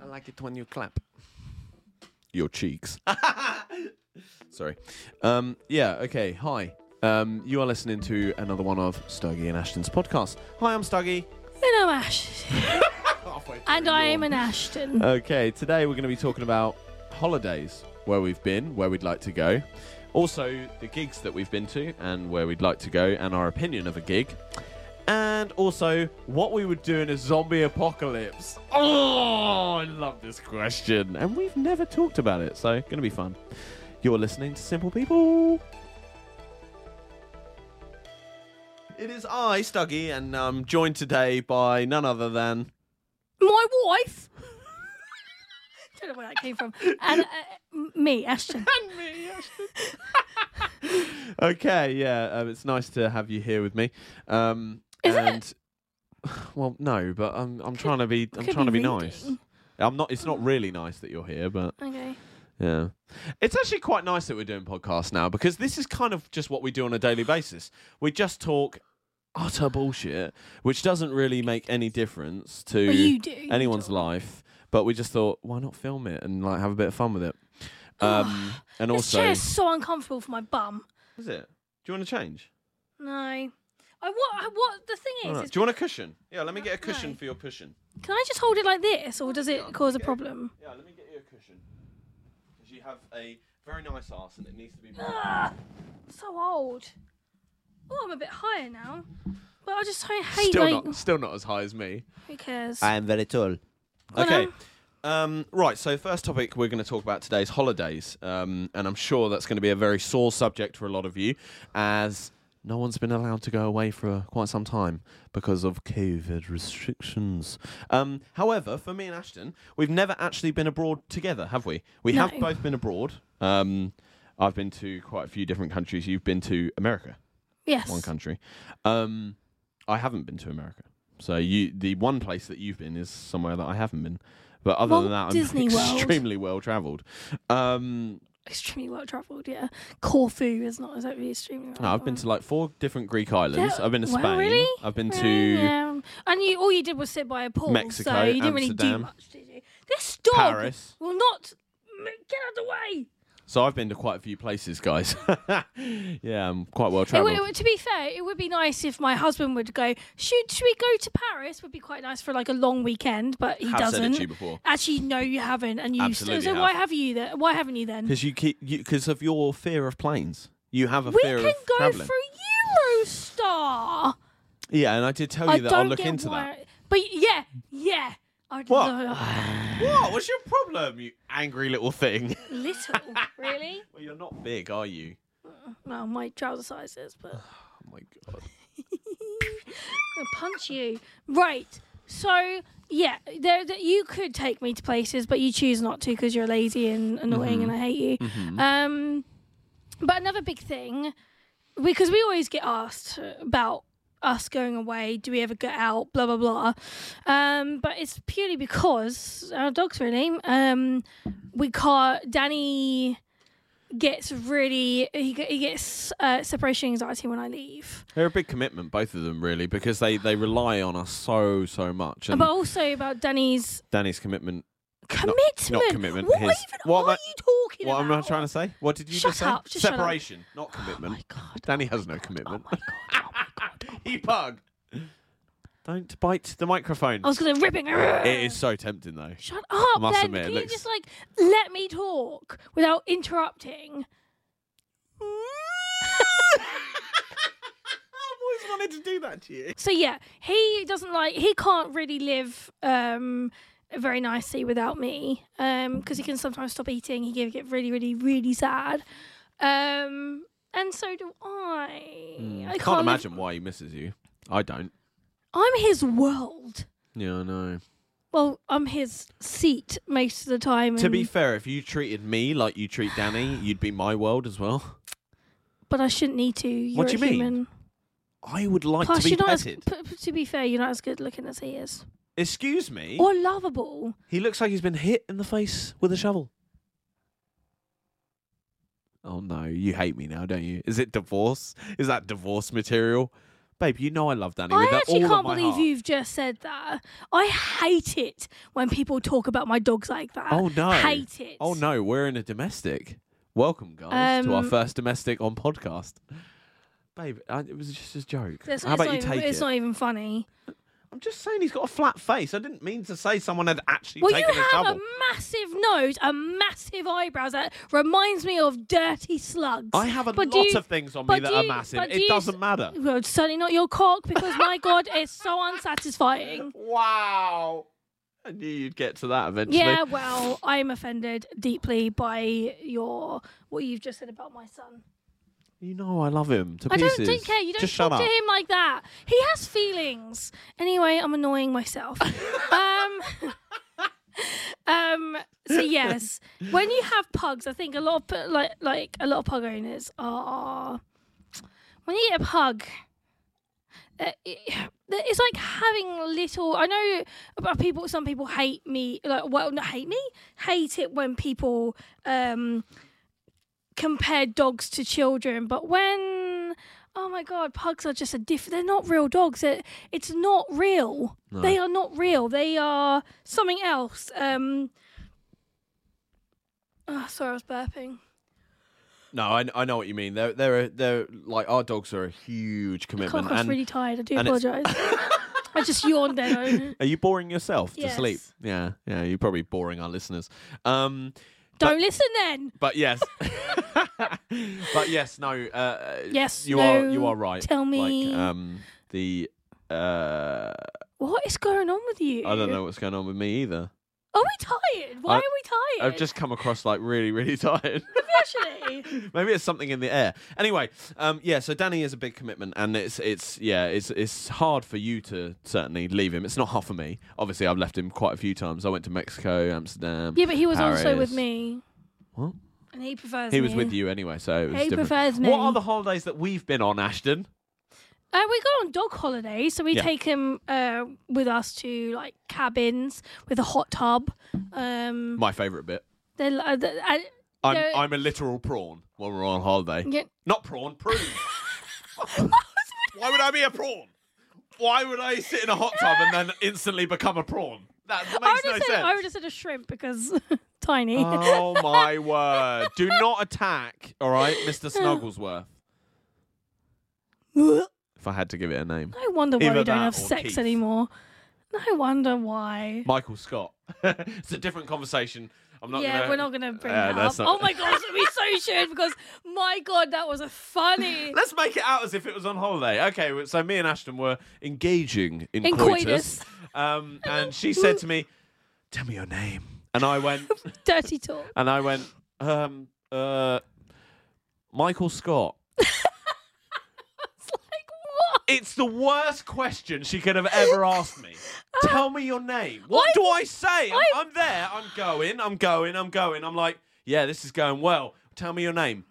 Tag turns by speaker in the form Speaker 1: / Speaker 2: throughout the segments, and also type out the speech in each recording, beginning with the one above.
Speaker 1: I like it when you clap.
Speaker 2: Your cheeks. Sorry. Um, yeah, okay. Hi. Um, you are listening to another one of Stuggy and Ashton's podcast. Hi, I'm Stuggy.
Speaker 3: And I'm Ash. and I am an Ashton.
Speaker 2: Okay, today we're going to be talking about holidays, where we've been, where we'd like to go, also the gigs that we've been to and where we'd like to go, and our opinion of a gig, and also what we would do in a zombie apocalypse. Oh, I love this question, and we've never talked about it, so going to be fun. You're listening to Simple People. It is I, Stuggy, and I'm joined today by none other than
Speaker 3: My wife. Don't know where that came from. And uh, m- me, Ashton.
Speaker 2: Okay, yeah, um, it's nice to have you here with me. Um,
Speaker 3: Is it?
Speaker 2: and, Well, no, but I'm I'm trying to be I'm
Speaker 3: could
Speaker 2: trying to be
Speaker 3: be
Speaker 2: nice.
Speaker 3: reading.
Speaker 2: I'm not. It's not really nice that you're here, but
Speaker 3: Okay.
Speaker 2: yeah, it's actually quite nice that we're doing podcasts now because this is kind of just what we do on a daily basis. We just talk utter bullshit, which doesn't really make any difference to
Speaker 3: Well, you do. you
Speaker 2: anyone's
Speaker 3: do.
Speaker 2: life. But we just thought, why not film it and like have a bit of fun with it. Um, and
Speaker 3: This
Speaker 2: also,
Speaker 3: chair's so uncomfortable for my bum.
Speaker 2: is it? Do you want to change?
Speaker 3: No. I what? I, what? The thing is,
Speaker 2: Alright.
Speaker 3: is,
Speaker 2: Do you want a cushion? Yeah, let me get a cushion
Speaker 3: No.
Speaker 2: for your cushion.
Speaker 3: can I just hold it like this, or does it cause a problem?
Speaker 2: Yeah, let me get you a cushion. Because you have a very nice ass and it needs to be.
Speaker 3: Ah, so old. Oh, I'm a bit higher now. But I just I hate
Speaker 2: Still
Speaker 3: like
Speaker 2: not, Ah, still not as high as me.
Speaker 3: who cares?
Speaker 4: am very tall.
Speaker 2: Okay.
Speaker 3: no.
Speaker 2: Um, right, so first topic we're going to talk about today's holidays, um, and I'm sure that's going to be a very sore subject for a lot of you, as no one's been allowed to go away for quite some time because of COVID restrictions. Um, however, for me and Ashton, we've never actually been abroad together, have we? We have
Speaker 3: No.
Speaker 2: both been abroad. Um, I've been to quite a few different countries. You've been to America
Speaker 3: yes.
Speaker 2: one country. Um, I haven't been to America, so you the one place that you've been is somewhere that I haven't been. But other
Speaker 3: Walt
Speaker 2: than that, I'm
Speaker 3: Disney World.
Speaker 2: extremely well travelled. Um,
Speaker 3: Extremely well travelled. Yeah. Corfu is not exactly extremely.
Speaker 2: no, I've been to like four different Greek islands.
Speaker 3: Yeah,
Speaker 2: I've been to
Speaker 3: wow,
Speaker 2: Spain.
Speaker 3: really?
Speaker 2: I've been to
Speaker 3: Yeah. And you, all you did was sit by a pool,
Speaker 2: Mexico,
Speaker 3: so you didn't really do
Speaker 2: Amsterdam,
Speaker 3: much, did you? This dog
Speaker 2: Paris.
Speaker 3: will not m- get out of the way.
Speaker 2: So I've been to quite a few places, guys. yeah, I'm quite well
Speaker 3: It
Speaker 2: travelled.
Speaker 3: would, it would- to be fair, it would be nice if my husband would go. Should should we go to Paris? Would be quite nice for like a long weekend, but he
Speaker 2: Have
Speaker 3: doesn't.
Speaker 2: said it to you before.
Speaker 3: Actually, no, you haven't, and you.
Speaker 2: Absolutely
Speaker 3: so
Speaker 2: have.
Speaker 3: why have you there? Why haven't you then?
Speaker 2: Because you keep because of your fear of planes. You have a
Speaker 3: We
Speaker 2: fear
Speaker 3: can
Speaker 2: of
Speaker 3: go
Speaker 2: travelling.
Speaker 3: through Eurostar.
Speaker 2: Yeah, and I did tell you
Speaker 3: I
Speaker 2: that
Speaker 3: don't
Speaker 2: I'll look
Speaker 3: get
Speaker 2: into
Speaker 3: why. But yeah, yeah. I'd
Speaker 2: What?
Speaker 3: love-
Speaker 2: that. What? What's your problem, you angry little thing?
Speaker 3: little, really?
Speaker 2: Well, you're not big, are you?
Speaker 3: Well, my trouser sizes, but
Speaker 2: Oh my god.
Speaker 3: I'll punch you. Right. So yeah, there, there you could take me to places, but you choose not to because you're lazy and annoying, and I hate you. Um, but another big thing, because we always get asked about us going away, do we ever get out, blah blah blah. Um, but it's purely because our dogs really. Um, we can't. Danny gets really he, ge- he gets uh, separation anxiety when I leave.
Speaker 2: They're a big commitment, both of them, really, because they, they rely on us so, so much. And
Speaker 3: but also about Danny's
Speaker 2: Danny's commitment.
Speaker 3: commitment.
Speaker 2: commitment,
Speaker 3: What
Speaker 2: his-
Speaker 3: even
Speaker 2: what
Speaker 3: are
Speaker 2: am I-
Speaker 3: you talking
Speaker 2: What am
Speaker 3: about?
Speaker 2: I trying to say? What did you
Speaker 3: Shut
Speaker 2: just say?
Speaker 3: up, just shut up.
Speaker 2: Separation, not commitment.
Speaker 3: Oh my god.
Speaker 2: Danny has no commitment.
Speaker 3: Oh my god. Oh my god.
Speaker 2: he bug. Don't bite the microphone.
Speaker 3: I was gonna ripping.
Speaker 2: It is so tempting, though.
Speaker 3: Shut up,
Speaker 2: must
Speaker 3: then.
Speaker 2: admit, it
Speaker 3: Can
Speaker 2: looks-
Speaker 3: you just like let me talk without interrupting?
Speaker 2: I've always wanted to do that to you.
Speaker 3: So yeah, he doesn't like. He can't really live um, very nicely without me because he can sometimes stop eating. He can get really, really, really sad. Um, and so do I.
Speaker 2: I
Speaker 3: I can't,
Speaker 2: Hmm, can't
Speaker 3: live-
Speaker 2: imagine why he misses you. I don't.
Speaker 3: I'm his world.
Speaker 2: Yeah, I know.
Speaker 3: Well, I'm his seat most of the time.
Speaker 2: To be
Speaker 3: and-
Speaker 2: fair, if you treated me like you treat Danny, you'd be my world as well.
Speaker 3: but I shouldn't need to. You're
Speaker 2: What do
Speaker 3: a
Speaker 2: you mean?
Speaker 3: Human.
Speaker 2: I would like
Speaker 3: Plus,
Speaker 2: to be
Speaker 3: you're not as,
Speaker 2: petted.
Speaker 3: p- p- to be fair, you're not as good looking as he is,
Speaker 2: Excuse me.
Speaker 3: or lovable.
Speaker 2: He looks like he's been hit in the face with a shovel. Oh no, you hate me now, don't you? Is it divorce? Is that divorce material? babe, you know I love Danny. with
Speaker 3: I
Speaker 2: that
Speaker 3: actually
Speaker 2: all of
Speaker 3: can't
Speaker 2: my
Speaker 3: believe
Speaker 2: heart.
Speaker 3: you've just said that. I hate it when people talk about my dogs like that.
Speaker 2: Oh no!
Speaker 3: Hate it.
Speaker 2: Oh no! We're in a domestic. Welcome, guys, to our
Speaker 3: Um,
Speaker 2: first domestic on podcast. Babe, I, it was just a joke.
Speaker 3: It's,
Speaker 2: How
Speaker 3: it's
Speaker 2: about
Speaker 3: not
Speaker 2: you
Speaker 3: even,
Speaker 2: take
Speaker 3: It's
Speaker 2: it?
Speaker 3: not even funny.
Speaker 2: I'm just saying he's got a flat face. I didn't mean to say someone had actually
Speaker 3: Well, you
Speaker 2: taken his
Speaker 3: have
Speaker 2: trouble.
Speaker 3: a massive nose, a massive eyebrows that reminds me of dirty slugs.
Speaker 2: I have a
Speaker 3: but
Speaker 2: lot
Speaker 3: do you-
Speaker 2: of things on me
Speaker 3: but
Speaker 2: that
Speaker 3: do
Speaker 2: are
Speaker 3: you-
Speaker 2: massive.
Speaker 3: but do
Speaker 2: It
Speaker 3: you s-
Speaker 2: doesn't matter.
Speaker 3: Well, it's certainly not your cock because my god, it's so unsatisfying.
Speaker 2: Wow! I knew you'd get to that eventually.
Speaker 3: Yeah, well, I'm offended deeply by your what you've just said about my son.
Speaker 2: You know I love him to
Speaker 3: I
Speaker 2: pieces.
Speaker 3: don't, don't care. You don't
Speaker 2: just
Speaker 3: talk
Speaker 2: shut
Speaker 3: to
Speaker 2: up.
Speaker 3: him like that. He has feelings. Anyway, I'm annoying myself. um, um. So yes, when you have pugs, I think a lot of pu- like like a lot of pug owners are. When you get a pug, uh, it- it's like having little. I know about people. Some people hate me. Like well, not hate me. Hate it when people. um compare dogs to children, but when oh my god, pugs are just a diff. They're not real dogs. It, it's not real.
Speaker 2: No.
Speaker 3: They are not real. They are something else. Um. Oh, sorry, I was burping.
Speaker 2: No, I, I know what you mean. They're they're a- they're like our dogs are a huge
Speaker 3: Cock,
Speaker 2: commitment.
Speaker 3: I was
Speaker 2: And
Speaker 3: really tired. I do
Speaker 2: and it's-
Speaker 3: apologise. I just yawned then.
Speaker 2: are you boring yourself to
Speaker 3: Yes.
Speaker 2: sleep? Yeah, yeah. You're probably boring our listeners. Um,
Speaker 3: Don't listen then.
Speaker 2: but yes, but yes, no. Uh,
Speaker 3: Yes,
Speaker 2: you are you
Speaker 3: no,
Speaker 2: are right.
Speaker 3: tell me.
Speaker 2: Like, um, the uh,
Speaker 3: What is going on with you?
Speaker 2: I don't know what's going on with me either.
Speaker 3: Are we tired? Why
Speaker 2: I-
Speaker 3: are we tired?
Speaker 2: I've just come across like really really tired.
Speaker 3: actually.
Speaker 2: Maybe it's something in the air. Anyway, um, yeah. So Danny is a big commitment, and it's it's yeah, it's it's hard for you to certainly leave him. It's not hard for me. Obviously, I've left him quite a few times. I went to Mexico, Amsterdam.
Speaker 3: Yeah, but he was also with
Speaker 2: Paris.
Speaker 3: me.
Speaker 2: What?
Speaker 3: And he prefers
Speaker 2: He
Speaker 3: me.
Speaker 2: was with you anyway, so it was
Speaker 3: He
Speaker 2: different.
Speaker 3: prefers me.
Speaker 2: What are the holidays that we've been on, Ashton?
Speaker 3: Uh, we go on dog holiday, so we
Speaker 2: Yeah.
Speaker 3: take him uh, with us to like cabins with a hot tub. Um,
Speaker 2: My favourite bit.
Speaker 3: they're, uh, th- I-
Speaker 2: I'm
Speaker 3: There-
Speaker 2: I'm a literal prawn when we're on holiday.
Speaker 3: yeah.
Speaker 2: Not prawn, prune. Why would I be a prawn? Why would I sit in a hot tub and then instantly become a prawn? That
Speaker 3: I
Speaker 2: makes
Speaker 3: would
Speaker 2: no
Speaker 3: have
Speaker 2: sense.
Speaker 3: said I would have said a shrimp because tiny.
Speaker 2: Oh my word. Do not attack, all right, Mr. Snugglesworth. If I had to give it a name.
Speaker 3: no wonder why
Speaker 2: Either
Speaker 3: we
Speaker 2: that
Speaker 3: don't have
Speaker 2: or
Speaker 3: sex
Speaker 2: Keith.
Speaker 3: anymore. No wonder why.
Speaker 2: Michael Scott. it's a different conversation. I'm not
Speaker 3: yeah,
Speaker 2: gonna
Speaker 3: we're not gonna bring
Speaker 2: Yeah,
Speaker 3: that
Speaker 2: that's
Speaker 3: up.
Speaker 2: not-
Speaker 3: Oh my gosh, it'd be so shared because my god, that was a funny.
Speaker 2: Let's make it out as if it was on holiday. Okay, well, so me and Ashton were engaging in,
Speaker 3: In
Speaker 2: coitus.
Speaker 3: coitus.
Speaker 2: Um, and she said to me, Tell me your name. And I went
Speaker 3: Dirty talk.
Speaker 2: and I went, um, uh, Michael Scott.
Speaker 3: It's like what?
Speaker 2: It's the worst question she could have ever asked me. Tell me your name. What
Speaker 3: I-
Speaker 2: do I say? I'm,
Speaker 3: I-
Speaker 2: I'm there. I'm going. I'm going. I'm going. I'm like, yeah, this is going well. Tell me your name.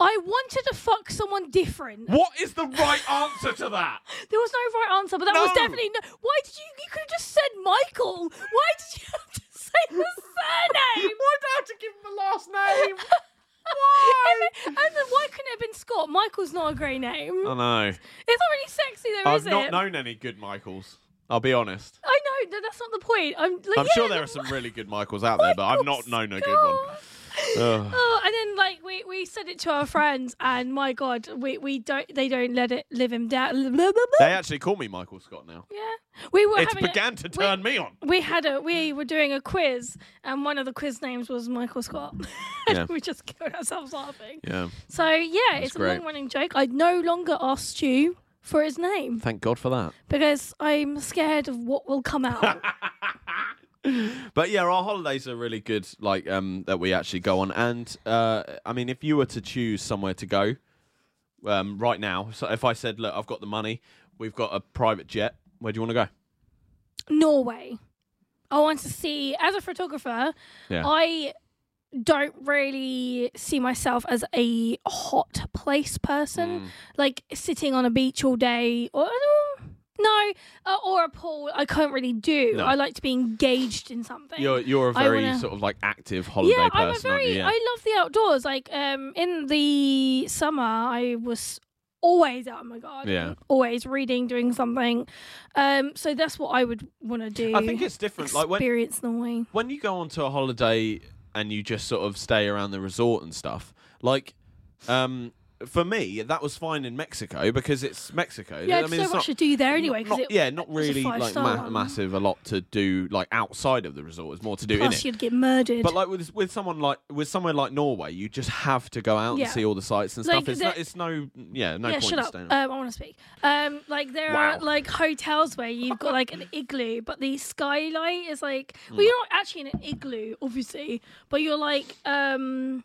Speaker 3: I wanted to fuck someone different.
Speaker 2: What is the right answer to that?
Speaker 3: There was no right answer, but that was
Speaker 2: No.
Speaker 3: definitely no. Why did you? You could have just said Michael. Why did you have to say the surname?
Speaker 2: Why do I have to give him the last name?
Speaker 3: Why? And, then- and then why couldn't it have been Scott? Michael's not a great name.
Speaker 2: I know.
Speaker 3: it's not really sexy though,
Speaker 2: Uh, I've
Speaker 3: is
Speaker 2: not
Speaker 3: it?
Speaker 2: known any good Michaels. I'll be honest.
Speaker 3: I know that that's not the point. I'm, like,
Speaker 2: I'm
Speaker 3: yeah,
Speaker 2: sure there are some really good Michaels out there, but I've not
Speaker 3: Michael
Speaker 2: known a good one.
Speaker 3: Scott.
Speaker 2: Ugh.
Speaker 3: Oh, and then like we, we said it to our friends, and my God, we, we don't they don't let it live him down. Blah, blah, blah.
Speaker 2: They actually call me Michael Scott now.
Speaker 3: Yeah, we were
Speaker 2: It
Speaker 3: having a-
Speaker 2: began to turn me on.
Speaker 3: we had a we were doing a quiz and one of the quiz names was Michael Scott. and
Speaker 2: Yeah.
Speaker 3: we just killed ourselves laughing.
Speaker 2: Yeah.
Speaker 3: So yeah, it's
Speaker 2: great.
Speaker 3: a long running joke. I no longer ask Stu for his name
Speaker 2: Thank God for that.
Speaker 3: because I'm scared of what will come out.
Speaker 2: But yeah, our holidays are really good, like um, that we actually go on. And uh, I mean, if you were to choose somewhere to go um, right now, so if I said, look, I've got the money, we've got a private jet, where do you want to go?
Speaker 3: Norway. I want to see as a photographer,
Speaker 2: Yeah.
Speaker 3: I don't really see myself as a hot place
Speaker 2: Mm.
Speaker 3: person, like sitting on a beach all day or um, no, uh, or a pool. I can't really do.
Speaker 2: No.
Speaker 3: I like to be engaged in something.
Speaker 2: You're you're a
Speaker 3: I
Speaker 2: very
Speaker 3: wanna-
Speaker 2: sort of like active holiday
Speaker 3: yeah, I'm a
Speaker 2: person. aren't
Speaker 3: very.
Speaker 2: you? Yeah.
Speaker 3: I love the outdoors. Like um, in the summer, I was always out in my garden.
Speaker 2: Yeah.
Speaker 3: Always reading, doing something. Um, so that's what I would want to do.
Speaker 2: I think it's different. Like when
Speaker 3: experience the way.
Speaker 2: when you go onto a holiday and you just sort of stay around the resort and stuff, like, um, for me that was fine in Mexico because it's Mexico. I
Speaker 3: Yeah, there's
Speaker 2: mean,
Speaker 3: so
Speaker 2: it's
Speaker 3: much
Speaker 2: not,
Speaker 3: to do there anyway.
Speaker 2: not,
Speaker 3: Because it
Speaker 2: yeah, not
Speaker 3: was a
Speaker 2: really like
Speaker 3: five-star
Speaker 2: ma-
Speaker 3: one.
Speaker 2: massive a lot to do like outside of the resort. There's more to do in it.
Speaker 3: plus you'd get murdered.
Speaker 2: But like with with someone like with somewhere like Norway, you just have to go out
Speaker 3: Yeah.
Speaker 2: and see all the sites and
Speaker 3: Like,
Speaker 2: stuff. It's
Speaker 3: there-
Speaker 2: no, it's no, yeah, no
Speaker 3: yeah,
Speaker 2: point
Speaker 3: shut
Speaker 2: in
Speaker 3: up.
Speaker 2: staying.
Speaker 3: Um, I want to speak. Um, like there
Speaker 2: Wow.
Speaker 3: are like hotels where you've got like an igloo, but the skylight is like
Speaker 2: Hmm.
Speaker 3: well, you're not actually in an igloo, obviously, but you're like um,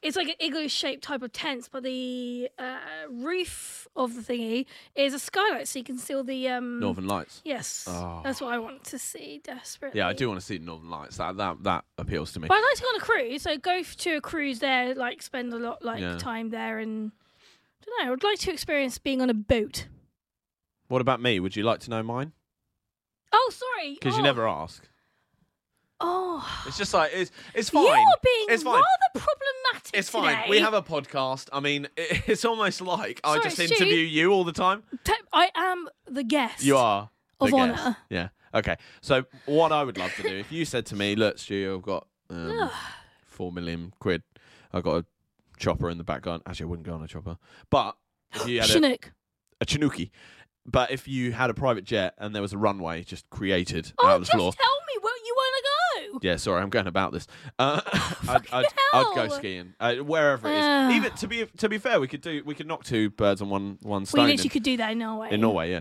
Speaker 3: it's like an igloo-shaped type of tent, but the uh, roof of the thingy is a skylight, so you can see all the um.
Speaker 2: Northern Lights.
Speaker 3: Yes, that's what I want to see desperately.
Speaker 2: Yeah, I do want to see the Northern Lights. That that that appeals to me.
Speaker 3: But I'd like to go on a cruise, so go f- to a cruise there, like spend a lot like
Speaker 2: Yeah.
Speaker 3: time there, and I don't know. I'd like to experience being on a boat.
Speaker 2: What about me? Would you like to know mine?
Speaker 3: Oh, sorry.
Speaker 2: Because
Speaker 3: oh.
Speaker 2: you never ask.
Speaker 3: Oh,
Speaker 2: It's just like it's it's fine.
Speaker 3: you're being
Speaker 2: it's fine.
Speaker 3: rather problematic.
Speaker 2: It's fine.
Speaker 3: Today.
Speaker 2: We have a podcast. I mean, i it's almost like I
Speaker 3: Sorry,
Speaker 2: just
Speaker 3: Stu.
Speaker 2: interview you all the time.
Speaker 3: Te- I am the guest.
Speaker 2: You are the
Speaker 3: Of
Speaker 2: guest.
Speaker 3: honour.
Speaker 2: Yeah. Okay. So what I would love to do, if you said to me, "Look, Stu, I've got um,
Speaker 3: Ugh.
Speaker 2: four million quid. I've got a chopper in the back garden. Actually, I wouldn't go on a chopper, but if you had a,
Speaker 3: Chinook.
Speaker 2: a Chinooki, but if you had a private jet and there was a runway just created out
Speaker 3: Oh,
Speaker 2: of the
Speaker 3: just
Speaker 2: floor,
Speaker 3: tell me where you want to go.
Speaker 2: Yeah, sorry, I'm going about this. Uh, I'd, I'd, I'd go
Speaker 3: hell.
Speaker 2: skiing uh, wherever it
Speaker 3: Ugh.
Speaker 2: is. Even to be to be fair, we could do we could knock two birds on one one
Speaker 3: Well,
Speaker 2: stone
Speaker 3: you
Speaker 2: in,
Speaker 3: literally could do that in Norway.
Speaker 2: in Norway. Yeah,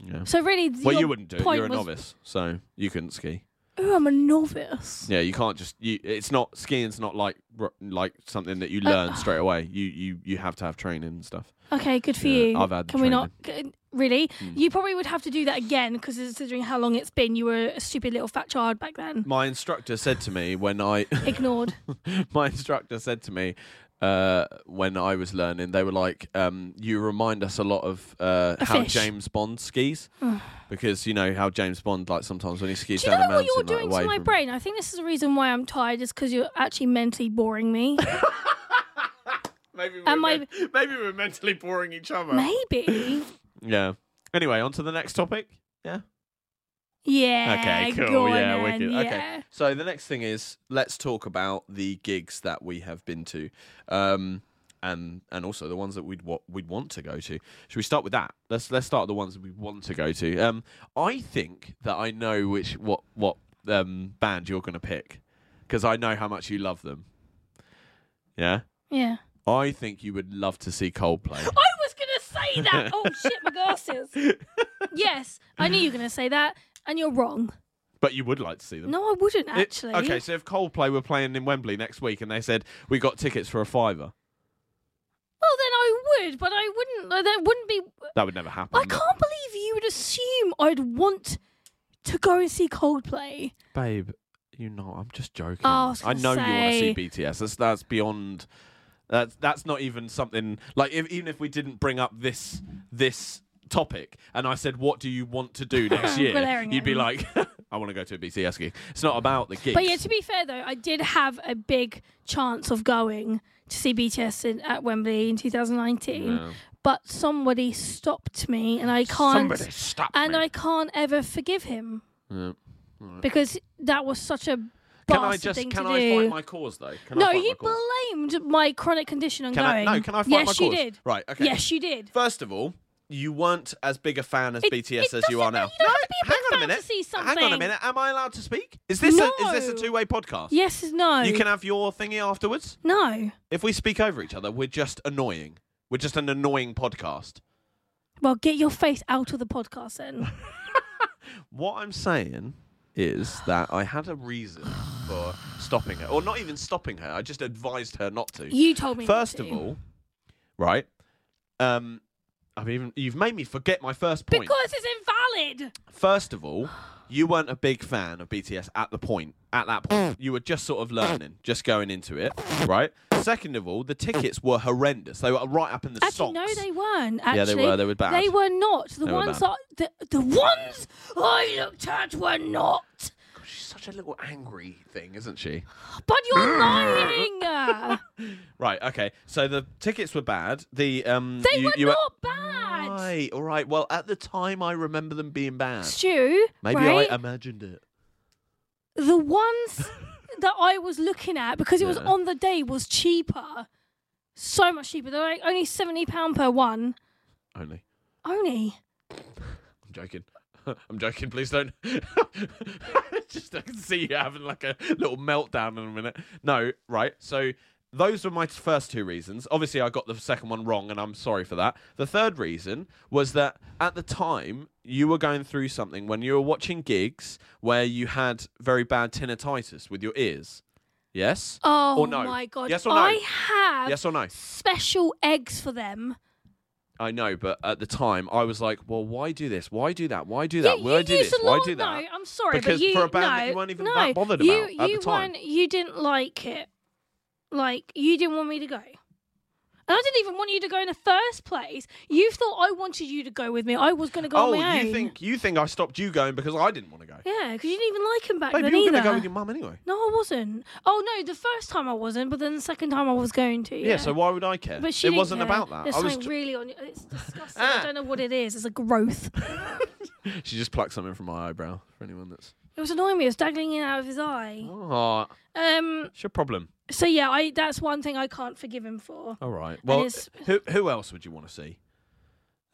Speaker 2: yeah.
Speaker 3: So really,
Speaker 2: Well,
Speaker 3: your
Speaker 2: you wouldn't do. it.
Speaker 3: point
Speaker 2: You're a
Speaker 3: was,
Speaker 2: novice, so you couldn't ski.
Speaker 3: Oh, I'm a novice.
Speaker 2: Yeah, you can't just. You, it's not skiing's not like r- like something that you
Speaker 3: Uh,
Speaker 2: learn straight away. You you you have to have training and stuff.
Speaker 3: Okay, good for
Speaker 2: Yeah,
Speaker 3: you.
Speaker 2: I've had Hmm. the
Speaker 3: Can we not? g- Really? You probably would have to do that again because considering how long it's been, you were a stupid little fat child back then.
Speaker 2: My instructor said to me when I
Speaker 3: Ignored.
Speaker 2: my instructor said to me uh, when I was learning, they were like, um, "You remind us a lot of uh,
Speaker 3: A
Speaker 2: how
Speaker 3: fish.
Speaker 2: James Bond skis, because you know how James Bond, like sometimes when he skis
Speaker 3: Do you
Speaker 2: down
Speaker 3: know
Speaker 2: a
Speaker 3: what
Speaker 2: mountain,
Speaker 3: you're
Speaker 2: like,
Speaker 3: doing
Speaker 2: away
Speaker 3: to my
Speaker 2: from-
Speaker 3: brain? I think this is the reason why I'm tired. Is because you're actually mentally boring me.
Speaker 2: Maybe we're,
Speaker 3: And my-
Speaker 2: men- maybe we're mentally boring each other.
Speaker 3: Maybe.
Speaker 2: Yeah. Anyway, on to the next topic. Yeah.
Speaker 3: Yeah.
Speaker 2: Okay, cool.
Speaker 3: go on
Speaker 2: yeah,
Speaker 3: then,
Speaker 2: wicked.
Speaker 3: yeah.
Speaker 2: Okay. So the next thing is let's talk about the gigs that we have been to. Um and and also the ones that we'd wa- we'd want to go to. Should we start with that? Let's let's start with the ones that we want to go to. Um I think that I know which what what um band you're going to pick cuz I know how much you love them. Yeah.
Speaker 3: Yeah.
Speaker 2: I think you would love to see Coldplay.
Speaker 3: I was gonna say that. Oh shit, my glasses. yes, I knew you were gonna say that, and you're wrong.
Speaker 2: but you would like to see them.
Speaker 3: No, I wouldn't
Speaker 2: It-
Speaker 3: actually.
Speaker 2: okay, so if Coldplay were playing in Wembley next week and they said we got tickets for a fiver,
Speaker 3: Well, then I would, but I wouldn't. like, That wouldn't be.
Speaker 2: that would never happen.
Speaker 3: I can't believe you would assume I'd want to go and see Coldplay.
Speaker 2: babe. You know, I'm just joking.
Speaker 3: Oh, I was
Speaker 2: I
Speaker 3: gonna
Speaker 2: know you
Speaker 3: say.
Speaker 2: want to see BTS. That's that's beyond. That's that's not even something like if, even if we didn't bring up this this topic and I said what do you want to do next
Speaker 3: We're
Speaker 2: year,
Speaker 3: airing
Speaker 2: you'd
Speaker 3: it.
Speaker 2: be like, I want to go to a BTS gig. It's not about the gigs.
Speaker 3: But yeah, to be fair though, I did have a big chance of going to see BTS in, at Wembley in 2019,
Speaker 2: Yeah.
Speaker 3: but somebody stopped me, and I can't.
Speaker 2: Somebody stop
Speaker 3: and
Speaker 2: me.
Speaker 3: I can't ever forgive him
Speaker 2: Yeah.
Speaker 3: because that was such a
Speaker 2: Can
Speaker 3: bastard
Speaker 2: I just
Speaker 3: thing
Speaker 2: can
Speaker 3: to
Speaker 2: I
Speaker 3: do.
Speaker 2: find my cause though? Can I
Speaker 3: no,
Speaker 2: find my
Speaker 3: you
Speaker 2: cause?
Speaker 3: blamed my chronic condition on
Speaker 2: Can I,
Speaker 3: going.
Speaker 2: no, can I find
Speaker 3: yes,
Speaker 2: my
Speaker 3: you
Speaker 2: cause?
Speaker 3: did.
Speaker 2: Right, okay.
Speaker 3: Yes, you did.
Speaker 2: First of all, you weren't as big a fan as
Speaker 3: It-
Speaker 2: BTS
Speaker 3: it
Speaker 2: as you are
Speaker 3: doesn't
Speaker 2: now.
Speaker 3: mean you don't have to be a big
Speaker 2: hang on
Speaker 3: fan
Speaker 2: a
Speaker 3: to
Speaker 2: minute.
Speaker 3: see
Speaker 2: Hang on a
Speaker 3: something.
Speaker 2: minute. Am I allowed to speak? Is this a, is this a
Speaker 3: No.
Speaker 2: two way podcast?
Speaker 3: Yes, is no.
Speaker 2: You can have your thingy afterwards.
Speaker 3: No.
Speaker 2: If we speak over each other, we're just annoying. We're just an annoying podcast.
Speaker 3: Well, get your face out of the podcast then.
Speaker 2: What I'm saying is that I had a reason for stopping her, or not even stopping her. I just advised her not to.
Speaker 3: You told me. not
Speaker 2: First
Speaker 3: to.
Speaker 2: of all, right? Um, I've even you've made me forget my first point.
Speaker 3: Because it's invalid.
Speaker 2: First of all, you weren't a big fan of BTS at the point. At that point,
Speaker 3: Mm.
Speaker 2: you were just sort of learning, just going into it, right? Second of all, the tickets were horrendous. They were right up in the socks.
Speaker 3: Actually, no, they weren't. Actually,
Speaker 2: Yeah, they were. They were bad.
Speaker 3: They were not. The
Speaker 2: They were
Speaker 3: ones that the, the ones I looked at were not.
Speaker 2: She's such a little angry thing, isn't she?
Speaker 3: But you're lying. Uh,
Speaker 2: Right. Okay. So the tickets were bad. The um.
Speaker 3: They
Speaker 2: you,
Speaker 3: were
Speaker 2: you
Speaker 3: not bad.
Speaker 2: Right. All right. Well, at the time, I remember them being bad.
Speaker 3: Stu,
Speaker 2: Maybe
Speaker 3: right?
Speaker 2: I um, imagined it.
Speaker 3: the ones that I was looking at because it was
Speaker 2: Yeah.
Speaker 3: on the day was cheaper, so much cheaper. They're like only seventy pound per one.
Speaker 2: Only.
Speaker 3: Only.
Speaker 2: I'm joking. I'm joking. Please don't. Just I can see you having like a little meltdown in a minute. No. Right. So those were my first two reasons. Obviously, I got the second one wrong, and I'm sorry for that. The third reason was that at the time you were going through something when you were watching gigs where you had very bad tinnitus with your ears. Yes.
Speaker 3: Oh
Speaker 2: Or no.
Speaker 3: my god.
Speaker 2: Yes or no?
Speaker 3: I have
Speaker 2: Yes or no?
Speaker 3: special eggs for them.
Speaker 2: I know, but at the time I was like, well, why do this? Why do that? Why do
Speaker 3: Yeah,
Speaker 2: that?
Speaker 3: you,
Speaker 2: why do
Speaker 3: used
Speaker 2: this?
Speaker 3: a
Speaker 2: Why
Speaker 3: lot-
Speaker 2: do that?
Speaker 3: No, I'm sorry,
Speaker 2: Because
Speaker 3: but you
Speaker 2: for a band that
Speaker 3: no,
Speaker 2: you weren't even
Speaker 3: no,
Speaker 2: that bothered
Speaker 3: you,
Speaker 2: about at the
Speaker 3: you
Speaker 2: time.
Speaker 3: weren't- you didn't like it. Like you didn't want me to go. And I didn't even want you to go in the first place. You thought I wanted you to go with me. I was going to go
Speaker 2: Oh,
Speaker 3: on my own.
Speaker 2: you think you think I stopped you going because I didn't want to go?
Speaker 3: Yeah, because you didn't even like him back
Speaker 2: Babe,
Speaker 3: then
Speaker 2: you were
Speaker 3: either.
Speaker 2: going to go with your mum anyway.
Speaker 3: No, I wasn't. Oh no, the first time I wasn't, but then the second time I was going to.
Speaker 2: Yeah. so why would I care?
Speaker 3: but she
Speaker 2: it
Speaker 3: didn't
Speaker 2: wasn't
Speaker 3: care.
Speaker 2: about that.
Speaker 3: There's
Speaker 2: I was.
Speaker 3: something really on. It's disgusting.
Speaker 2: Ah.
Speaker 3: I don't know what it is. It's a growth.
Speaker 2: ju- she just plucked something from my eyebrow. For anyone that's.
Speaker 3: It was annoying me. It was dangling in out of his eye.
Speaker 2: Oh,
Speaker 3: Um.
Speaker 2: it's your problem.
Speaker 3: So yeah, I that's one thing I can't forgive him for.
Speaker 2: All right. Well,
Speaker 3: it's-
Speaker 2: who who else would you want to see?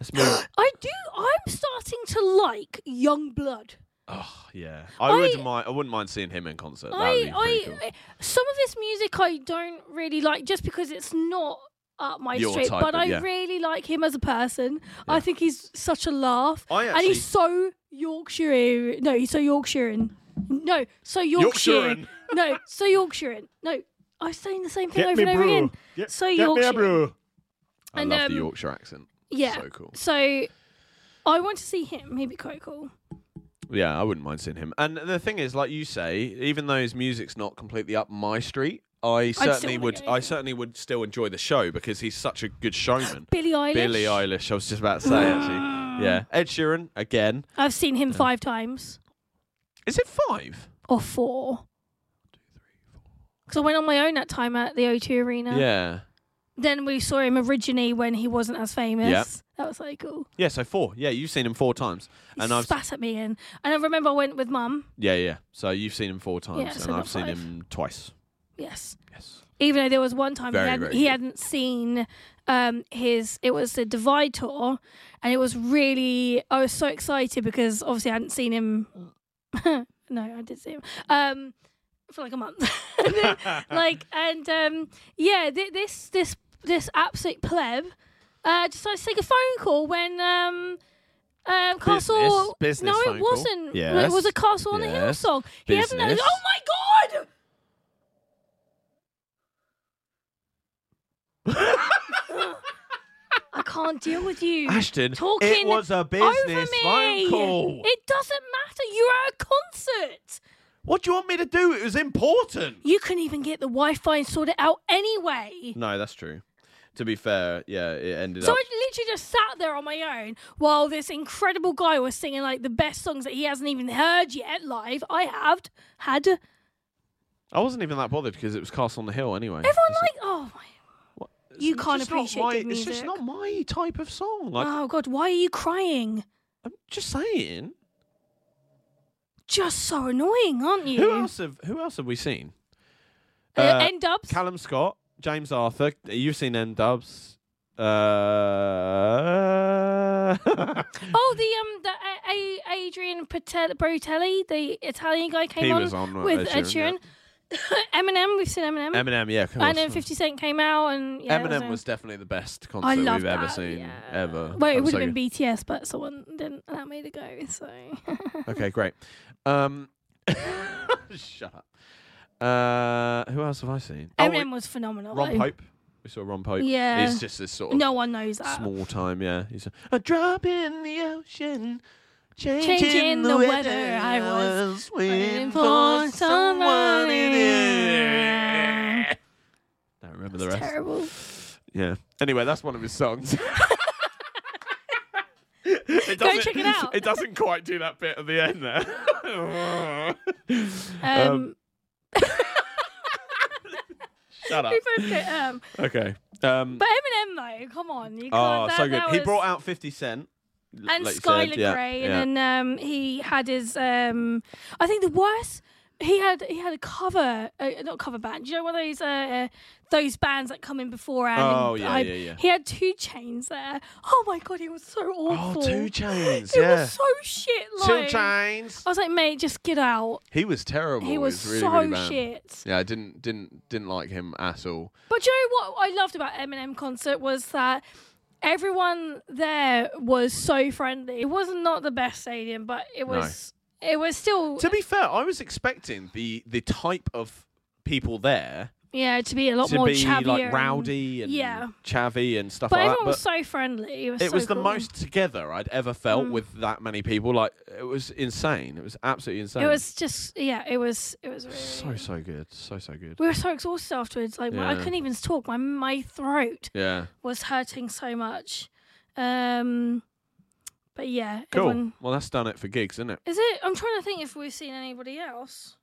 Speaker 2: Let's move.
Speaker 3: I do. I'm starting to like young blood.
Speaker 2: oh, yeah. I,
Speaker 3: I-
Speaker 2: would mind. I wouldn't mind seeing him in concert. That would
Speaker 3: I,
Speaker 2: be pretty
Speaker 3: I,
Speaker 2: cool.
Speaker 3: I- some of this music I don't really like just because it's not up my
Speaker 2: Your
Speaker 3: street.
Speaker 2: type
Speaker 3: but
Speaker 2: of-
Speaker 3: I
Speaker 2: yeah.
Speaker 3: really like him as a person.
Speaker 2: Yeah.
Speaker 3: I think he's such a laugh,
Speaker 2: I
Speaker 3: and he's so Yorkshire. No, he's so Yorkshirean. No, so Yorkshire.
Speaker 2: Yorkshirean.
Speaker 3: No, so Yorkshirean. No, I'm saying the same thing over and over again. So Yorkshire.
Speaker 2: I
Speaker 3: And,
Speaker 2: love the
Speaker 3: um,
Speaker 2: Yorkshire accent.
Speaker 3: Yeah.
Speaker 2: So cool.
Speaker 3: So I want to see him. He'd be quite cool.
Speaker 2: Yeah, I wouldn't mind seeing him. And the thing is, like you say, even though his music's not completely up my street, I
Speaker 3: still
Speaker 2: certainly
Speaker 3: wanna
Speaker 2: would.
Speaker 3: go.
Speaker 2: I certainly would still enjoy the show because he's such a good showman.
Speaker 3: Billy Eilish.
Speaker 2: Billie Eilish, I was just about to say actually. Yeah, Ed Sheeran again.
Speaker 3: I've seen him five times
Speaker 2: Is it five?
Speaker 3: or four. Because I went on my own that time at the O2 Arena.
Speaker 2: Yeah.
Speaker 3: Then we saw him originally when he wasn't as famous.
Speaker 2: Yeah.
Speaker 3: That was like cool.
Speaker 2: Yeah, so four. Yeah, you've seen him four times,
Speaker 3: He
Speaker 2: and I've
Speaker 3: spat at me and and I remember I went with mum.
Speaker 2: yeah, yeah. So you've seen him four times,
Speaker 3: Yeah, so
Speaker 2: and I've
Speaker 3: not
Speaker 2: seen
Speaker 3: five.
Speaker 2: him twice.
Speaker 3: Yes.
Speaker 2: Yes.
Speaker 3: Even though there was one time
Speaker 2: Very,
Speaker 3: he, hadn't,
Speaker 2: very
Speaker 3: he
Speaker 2: good.
Speaker 3: hadn't seen um, his, it was the Divide tour, and it was really, I was so excited because obviously I hadn't seen him. no, I did see him um, for like a month. like, and um, yeah, th- this this this absolute pleb uh, decided to take a phone call when um, uh, Castle.
Speaker 2: Business- business
Speaker 3: no,
Speaker 2: phone
Speaker 3: it
Speaker 2: call.
Speaker 3: wasn't.
Speaker 2: Yes.
Speaker 3: It was a Castle on the Hill
Speaker 2: Yes.
Speaker 3: song. He hasn't.
Speaker 2: Business.
Speaker 3: Oh my god! I can't deal with you.
Speaker 2: Ashton, it
Speaker 3: Talking
Speaker 2: was a
Speaker 3: Over
Speaker 2: business
Speaker 3: me.
Speaker 2: phone call.
Speaker 3: It doesn't matter. You're at a concert.
Speaker 2: what do you want me to do? It was important.
Speaker 3: You couldn't even get the Wi-Fi and sort it out anyway.
Speaker 2: No, that's true. To be fair, Mm, yeah, it ended
Speaker 3: So
Speaker 2: up.
Speaker 3: I literally just sat there on my own while this incredible guy was singing like the best songs that he hasn't even heard yet live. I have had everyone
Speaker 2: I wasn't even that bothered because it was Castle on the Hill anyway. It's-
Speaker 3: like, oh my,
Speaker 2: what- it's
Speaker 3: you can't
Speaker 2: just not
Speaker 3: appreciate
Speaker 2: my-
Speaker 3: good
Speaker 2: It's just
Speaker 3: music.
Speaker 2: not my type of song. Like,
Speaker 3: oh god, why are you crying?
Speaker 2: I'm just saying.
Speaker 3: Just so annoying, aren't you?
Speaker 2: Who else have Who else have we seen?
Speaker 3: Uh,
Speaker 2: Uh,
Speaker 3: End ups.
Speaker 2: Callum Scott, James Arthur. You've seen N Dubs. Uh...
Speaker 3: Oh, the um, the uh, A- Adrian Patel- Brotelli, the Italian guy, came
Speaker 2: he
Speaker 3: on,
Speaker 2: was on uh,
Speaker 3: with Ed
Speaker 2: yeah.
Speaker 3: Sheeran. Eminem, we've seen Eminem.
Speaker 2: Eminem, yeah, of course.
Speaker 3: and then 50 Cent came out, and yeah, that
Speaker 2: Eminem
Speaker 3: it.
Speaker 2: was definitely the best concert
Speaker 3: I love
Speaker 2: we've ever
Speaker 3: that,
Speaker 2: seen,
Speaker 3: yeah.
Speaker 2: ever.
Speaker 3: Well, it
Speaker 2: I'm
Speaker 3: would
Speaker 2: so
Speaker 3: have been BTS, but someone didn't allow me to go. So
Speaker 2: Oh, Okay, great. Um, shut up. Uh, who else have I seen? Oh, wait,
Speaker 3: Eminem was phenomenal.
Speaker 2: Ron
Speaker 3: though.
Speaker 2: Pope. We saw Ron Pope.
Speaker 3: Yeah.
Speaker 2: He's just this sort of
Speaker 3: No uh, one knows that.
Speaker 2: small time, yeah. He's a, a drop in the ocean, changing,
Speaker 3: Changing
Speaker 2: the,
Speaker 3: the
Speaker 2: weather.
Speaker 3: weather, I was
Speaker 2: waiting
Speaker 3: waiting
Speaker 2: for
Speaker 3: for
Speaker 2: someone in
Speaker 3: someone.
Speaker 2: it. Don't remember the rest.
Speaker 3: Terrible.
Speaker 2: Yeah. Anyway, that's one of his songs. It
Speaker 3: Go
Speaker 2: doesn't-
Speaker 3: check it out. out.
Speaker 2: It doesn't quite do that bit at the end there.
Speaker 3: Um,
Speaker 2: um, Shut up.
Speaker 3: we both get, um,
Speaker 2: Okay. Um,
Speaker 3: but Eminem though, come on, you can't.
Speaker 2: oh,
Speaker 3: that,
Speaker 2: so good.
Speaker 3: that
Speaker 2: He
Speaker 3: was-
Speaker 2: brought out 50 Cent. l-
Speaker 3: and
Speaker 2: like you
Speaker 3: Skylar
Speaker 2: said, yeah,
Speaker 3: Grey,
Speaker 2: yeah.
Speaker 3: and then um, he had his. Um, I think the worst. He had he had a cover, uh, not cover band. Do you know one of those uh, uh, those bands that come in beforehand? and
Speaker 2: Oh, yeah,
Speaker 3: I-
Speaker 2: yeah, yeah.
Speaker 3: He had two chains there. Oh my god, he was so awful.
Speaker 2: Oh, Two Chains.
Speaker 3: It
Speaker 2: yeah.
Speaker 3: was so shit.
Speaker 2: Two
Speaker 3: Like
Speaker 2: Chains.
Speaker 3: I was like, mate, just get out.
Speaker 2: He was terrible.
Speaker 3: Oh. He was,
Speaker 2: Oh, really,
Speaker 3: so
Speaker 2: really bad.
Speaker 3: shit.
Speaker 2: Yeah, I didn't didn't didn't like him at all.
Speaker 3: But do you know what I loved about Eminem concert was that everyone there was so friendly. It was not the best stadium, but it
Speaker 2: No.
Speaker 3: was it was still
Speaker 2: To be fair, I was expecting the the type of people there
Speaker 3: yeah to be a lot
Speaker 2: to
Speaker 3: more
Speaker 2: be
Speaker 3: chavvier.
Speaker 2: like
Speaker 3: and-
Speaker 2: rowdy and
Speaker 3: yeah.
Speaker 2: chavvy and stuff
Speaker 3: but
Speaker 2: like
Speaker 3: everyone
Speaker 2: that. But
Speaker 3: was so friendly. It was,
Speaker 2: it
Speaker 3: so
Speaker 2: was the
Speaker 3: cool. Mm.
Speaker 2: most together I'd ever felt with that many people. Like it was insane. It was absolutely insane.
Speaker 3: It was just yeah. It was it was really.
Speaker 2: so so good. So so good.
Speaker 3: we were so exhausted afterwards. Like I
Speaker 2: Yeah.
Speaker 3: couldn't even talk. My my throat
Speaker 2: Yeah.
Speaker 3: was hurting so much. Um, but yeah,
Speaker 2: Cool.
Speaker 3: everyone-
Speaker 2: Well, that's done it for gigs, isn't it?
Speaker 3: Is it? I'm trying to think if we've seen anybody else.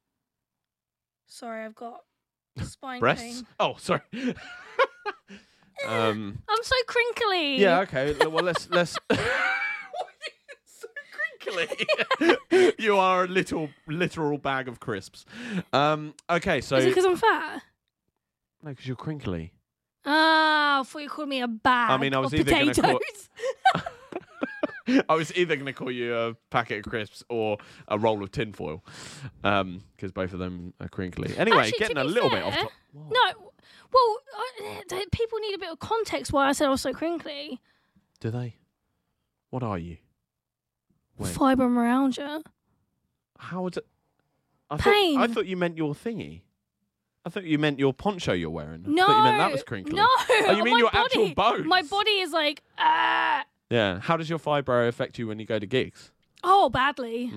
Speaker 3: Sorry, I've got spine
Speaker 2: Breasts.
Speaker 3: pain.
Speaker 2: Oh, sorry. um.
Speaker 3: I'm so crinkly.
Speaker 2: Yeah. Okay. l- Well, let's let's. So crinkly. you are a little literal bag of crisps. Um. Okay. So.
Speaker 3: Is it because I'm fat?
Speaker 2: no, because you're crinkly.
Speaker 3: Ah, I thought you called me a bag.
Speaker 2: mean, I was
Speaker 3: of
Speaker 2: either gonna
Speaker 3: potatoes.
Speaker 2: call- I was either going to call you a packet of crisps or a roll of tinfoil, because both of them are crinkly. Anyway,
Speaker 3: Actually, to
Speaker 2: getting a
Speaker 3: be
Speaker 2: little bit off.
Speaker 3: fair-
Speaker 2: top- Whoa.
Speaker 3: No, well, I, th- people need a bit of context why I said I was so crinkly.
Speaker 2: Do they? What are you? Wait.
Speaker 3: Fibromyalgia.
Speaker 2: How was it? I
Speaker 3: Pain.
Speaker 2: Thought, I thought you meant your thingy. I thought you meant your poncho you're wearing. I
Speaker 3: No,
Speaker 2: thought you meant that was crinkly.
Speaker 3: No,
Speaker 2: Oh, you mean
Speaker 3: my
Speaker 2: your
Speaker 3: body,
Speaker 2: actual bones?
Speaker 3: My body is like, ah,
Speaker 2: Yeah. How does your fibro affect you when you go to gigs?
Speaker 3: oh, badly.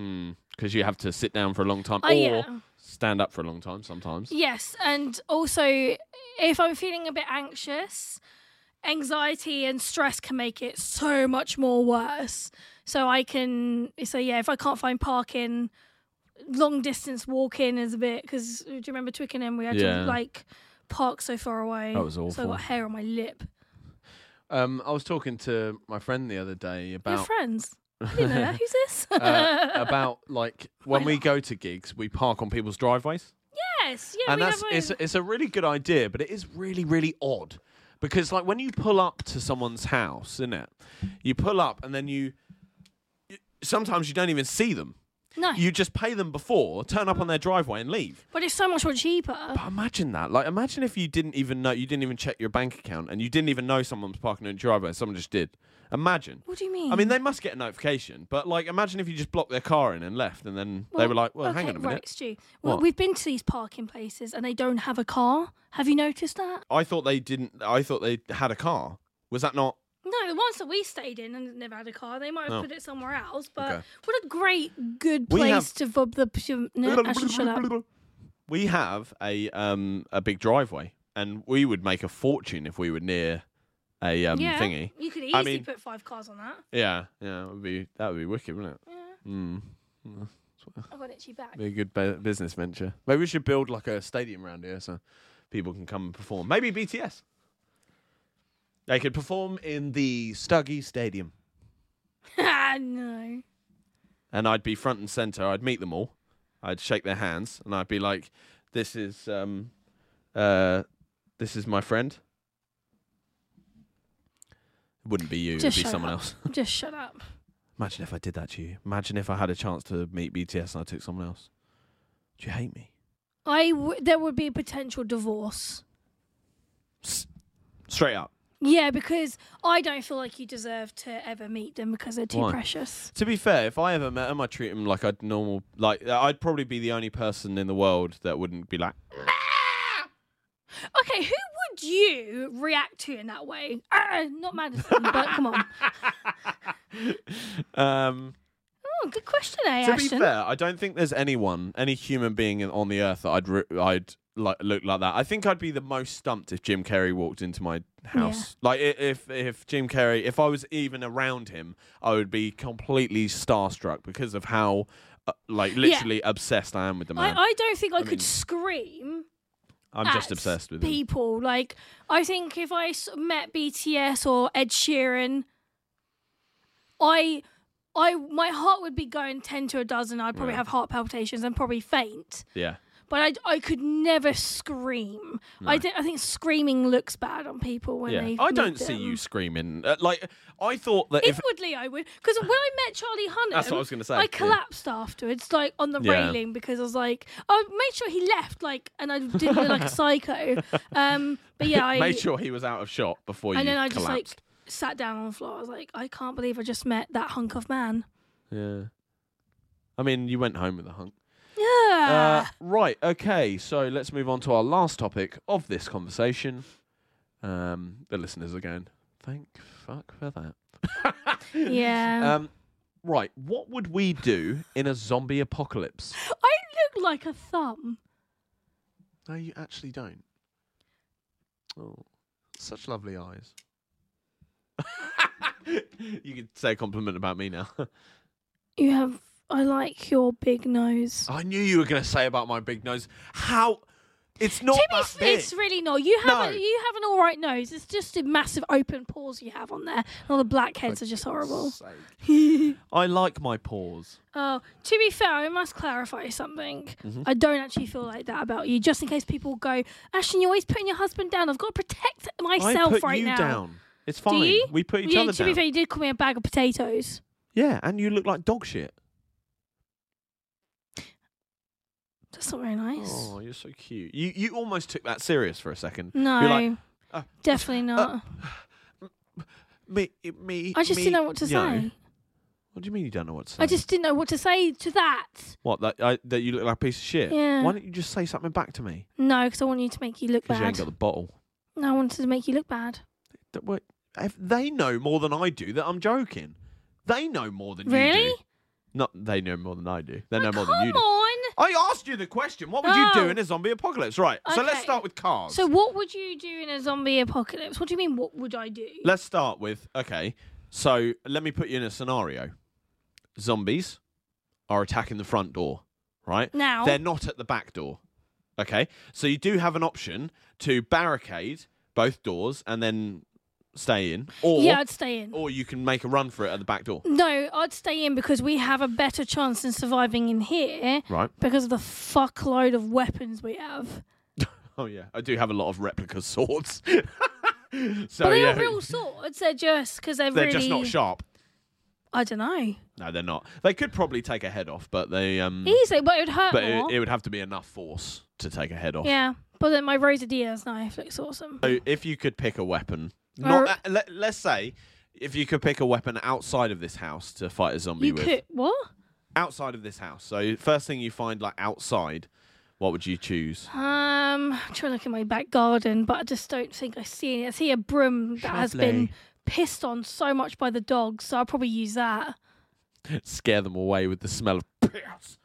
Speaker 2: Because you have to sit down for a long time
Speaker 3: Oh,
Speaker 2: or
Speaker 3: yeah.
Speaker 2: stand up for a long time sometimes.
Speaker 3: Yes, and also if I'm feeling a bit anxious, anxiety and stress can make it so much more worse. So I can so yeah, if I can't find parking, long distance walking is a bit because do you remember Twickenham? We had
Speaker 2: Yeah.
Speaker 3: to like park so far away.
Speaker 2: That was
Speaker 3: So I
Speaker 2: awful.
Speaker 3: got hair on my lip.
Speaker 2: Um, I was talking to my friend the other day
Speaker 3: Your
Speaker 2: about
Speaker 3: friends. I didn't know that. Who's this?
Speaker 2: uh, about like when
Speaker 3: Why
Speaker 2: we go to gigs, we park on people's driveways,
Speaker 3: yes, yeah,
Speaker 2: and
Speaker 3: we
Speaker 2: that's
Speaker 3: have
Speaker 2: it's a, it's a really good idea, but it is really really odd because like when you pull up to someone's house, isn't it? You pull up and then you, you sometimes you don't even see them.
Speaker 3: no,
Speaker 2: You just pay them before, turn up on their driveway, and leave.
Speaker 3: but it's so much more cheaper.
Speaker 2: But imagine that. Like, imagine if you didn't even know, you didn't even check your bank account, and you didn't even know someone was parking in your driveway. and Someone just did. Imagine.
Speaker 3: What do you mean?
Speaker 2: I mean, they must get a notification, but like, imagine if you just blocked their car in and left, and then they
Speaker 3: Well,
Speaker 2: were like, "Well,
Speaker 3: okay,
Speaker 2: hang on a minute."
Speaker 3: Right, Stu. Well,
Speaker 2: What?
Speaker 3: we've been to these parking places and they don't have a car. Have you noticed that?
Speaker 2: I thought they didn't. I thought they had a car. Was that not?
Speaker 3: No, the ones that we stayed in and never had a car, they might have
Speaker 2: Oh.
Speaker 3: put it somewhere else. But
Speaker 2: Okay.
Speaker 3: what a great, good
Speaker 2: We
Speaker 3: place
Speaker 2: have-
Speaker 3: to vob the. psu- No, actually, shut up.
Speaker 2: We have a um a big driveway, and we would make a fortune if we were near a um
Speaker 3: Yeah,
Speaker 2: thingy.
Speaker 3: you could easily
Speaker 2: I mean-
Speaker 3: put five cars on that.
Speaker 2: Yeah, yeah, it would be that would be wicked, wouldn't it?
Speaker 3: Yeah,
Speaker 2: Mm.
Speaker 3: I've got an itchy back.
Speaker 2: Be a good bu- business venture. Maybe we should build like a stadium around here so people can come and perform. Maybe BTS. They could perform in the Stuggy Stadium,
Speaker 3: Ah, no.
Speaker 2: and I'd be front and center. I'd meet them all. I'd shake their hands, and I'd be like, "This is, um, uh, this is my friend." It wouldn't be you.
Speaker 3: Just
Speaker 2: it'd be
Speaker 3: shut
Speaker 2: someone
Speaker 3: up.
Speaker 2: else.
Speaker 3: Just shut up.
Speaker 2: Imagine if I did that to you. Imagine if I had a chance to meet BTS and I took someone else. Do you hate me?
Speaker 3: I w- there would be a potential divorce.
Speaker 2: Straight up.
Speaker 3: Yeah, because I don't feel like you deserve to ever meet them because they're too
Speaker 2: Why?
Speaker 3: precious.
Speaker 2: To be fair, if I ever met him, I'd treat him like I'd normal. Like uh, I'd probably be the only person in the world that wouldn't be like.
Speaker 3: Okay, who would you react to in that way? Uh, not Madison, but come on.
Speaker 2: Um,
Speaker 3: Oh, good question, eh,
Speaker 2: to be
Speaker 3: Ashton?
Speaker 2: fair, I don't think there's anyone, any human being in- on the earth that I'd re- I'd like look like that. I think I'd be the most stumped if Jim Carrey walked into my house. Like i- if if Jim Carrey, if I was even around him, I would be completely starstruck because of how uh, like literally obsessed I am with the
Speaker 3: I,
Speaker 2: man. I,
Speaker 3: I don't think I, could
Speaker 2: mean,
Speaker 3: scream.
Speaker 2: am just
Speaker 3: at
Speaker 2: obsessed with him.
Speaker 3: people. Like I think if I s- met BTS or Ed Sheeran, I, I my heart would be going ten to a dozen. I'd probably
Speaker 2: Yeah.
Speaker 3: have heart palpitations and probably faint.
Speaker 2: Yeah.
Speaker 3: But I, I could never scream. I, thi- I think screaming looks bad on people when
Speaker 2: Yeah.
Speaker 3: they.
Speaker 2: I
Speaker 3: meet
Speaker 2: don't see you
Speaker 3: them.
Speaker 2: screaming. Uh, like I thought that if
Speaker 3: Inwardly, I would because when I met Charlie Hunnam,
Speaker 2: That's what I was gonna say, yeah.
Speaker 3: I collapsed afterwards, like on the
Speaker 2: Yeah.
Speaker 3: railing, because I was like, I made sure he left, like, and I didn't look like a psycho. Um, but yeah, I
Speaker 2: made sure he was out of shot before you
Speaker 3: and then I just
Speaker 2: collapsed.
Speaker 3: like sat down on the floor. I was like, I can't believe I just met that hunk of man.
Speaker 2: yeah. I mean, you went home with a hunk. Uh,
Speaker 3: Yeah.
Speaker 2: right. Okay. So let's move on to our last topic of this conversation. Um, the listeners are going, thank fuck for that.
Speaker 3: yeah.
Speaker 2: Um, right. What would we do in a zombie apocalypse?
Speaker 3: I look like a thumb.
Speaker 2: No, you actually don't. Oh, such lovely eyes. you could say a compliment about me now.
Speaker 3: You have. I like your big nose.
Speaker 2: I knew you were going to say about my big nose. How? It's not
Speaker 3: to be
Speaker 2: that
Speaker 3: f-
Speaker 2: big.
Speaker 3: it's really not. You have
Speaker 2: No.
Speaker 3: a, you have an all right nose. It's just the massive open pores you have on there. And all the blackheads are just horrible.
Speaker 2: I like my paws.
Speaker 3: Oh, to be fair, I must clarify something.
Speaker 2: Mm-hmm.
Speaker 3: I don't actually feel like that about you. Just in case people go, Ashton, you're always putting your husband down. I've got to protect myself
Speaker 2: I put
Speaker 3: right
Speaker 2: you
Speaker 3: now.
Speaker 2: down. It's fine.
Speaker 3: you?
Speaker 2: We put each
Speaker 3: yeah,
Speaker 2: other
Speaker 3: to
Speaker 2: down.
Speaker 3: be fair, you did call me a bag of potatoes.
Speaker 2: yeah, and you look like dog shit.
Speaker 3: That's not very nice.
Speaker 2: Oh, you're so cute. You you almost took that serious for a second.
Speaker 3: no,
Speaker 2: You're like uh,
Speaker 3: definitely not.
Speaker 2: me me.
Speaker 3: I just
Speaker 2: me,
Speaker 3: didn't know what to
Speaker 2: no.
Speaker 3: say.
Speaker 2: What do you mean you don't know what to say?
Speaker 3: I just didn't know what to say to that.
Speaker 2: what that I, that you look like a piece of shit.
Speaker 3: Yeah.
Speaker 2: Why don't you just say something back to me?
Speaker 3: No, because I wanted you to make you look
Speaker 2: Because you
Speaker 3: bad.
Speaker 2: ain't got the bottle.
Speaker 3: no, I wanted to make you look bad.
Speaker 2: That what? If they know more than I do that I'm joking. They know more than
Speaker 3: Really?
Speaker 2: you do. Not they know more than I do. They know more
Speaker 3: Come
Speaker 2: than you do.
Speaker 3: on.
Speaker 2: I asked you the question. What would you do
Speaker 3: Oh.
Speaker 2: in a zombie apocalypse? Right. So let's
Speaker 3: Okay.
Speaker 2: start with cars.
Speaker 3: So, what would you do in a zombie apocalypse? What do you mean? What would I do?
Speaker 2: let's start with okay. So let me put you in a scenario. Zombies are attacking the front door, right?
Speaker 3: now,
Speaker 2: They're not at the back door. Okay? So you do have an option to barricade both doors and then stay in or
Speaker 3: yeah, I'd stay in.
Speaker 2: or you can make a run for it at the back door.
Speaker 3: no, I'd stay in because we have a better chance in surviving in here
Speaker 2: Right.
Speaker 3: because of the fuckload of weapons we have.
Speaker 2: Oh yeah. I do have a lot of replica swords. so
Speaker 3: but they're
Speaker 2: Oh, yeah.
Speaker 3: not real swords. They're just because they're,
Speaker 2: they're
Speaker 3: really.
Speaker 2: just not sharp.
Speaker 3: I don't know.
Speaker 2: No, they're not. They could probably take a head off, but they um
Speaker 3: Easy, but it would hurt
Speaker 2: but it,
Speaker 3: more.
Speaker 2: it would have to be enough force to take a head off.
Speaker 3: yeah, but then my Rosa Diaz knife looks awesome.
Speaker 2: So if you could pick a weapon,
Speaker 3: Or-
Speaker 2: not uh, let, let's say if you could pick a weapon outside of this house to fight a zombie
Speaker 3: You
Speaker 2: with.
Speaker 3: could what?
Speaker 2: Outside of this house. So first thing you find like outside, what would you choose?
Speaker 3: Um, I'm trying to look in my back garden, but I just don't think I see any. I see a broom that has been
Speaker 2: Sharply.
Speaker 3: pissed on so much by the dogs, so I'll probably use that.
Speaker 2: Scare them away with the smell of piss.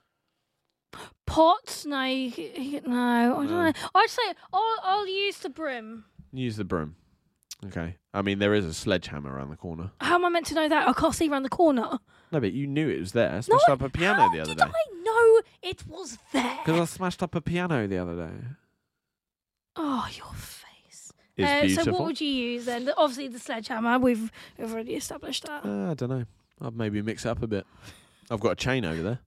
Speaker 3: Pots? No, you, c- you, c- no, I don't
Speaker 2: No.
Speaker 3: know. I'd say I'll, I'll use the broom.
Speaker 2: Use the broom. Okay. I mean there is a sledgehammer around the corner.
Speaker 3: How am I meant to know that? I can't see around the corner.
Speaker 2: No, but you knew it was there. I
Speaker 3: No,
Speaker 2: smashed
Speaker 3: I-
Speaker 2: up a piano
Speaker 3: how
Speaker 2: the other
Speaker 3: did
Speaker 2: day.
Speaker 3: I know it was
Speaker 2: Because
Speaker 3: there?
Speaker 2: I smashed up a piano the other day.
Speaker 3: Oh, your face.
Speaker 2: It's
Speaker 3: Uh,
Speaker 2: beautiful.
Speaker 3: So what would you use then? The- Obviously the sledgehammer. We've we've already established that.
Speaker 2: Uh, I don't know. I'd maybe mix it up a bit. I've got a chain over there.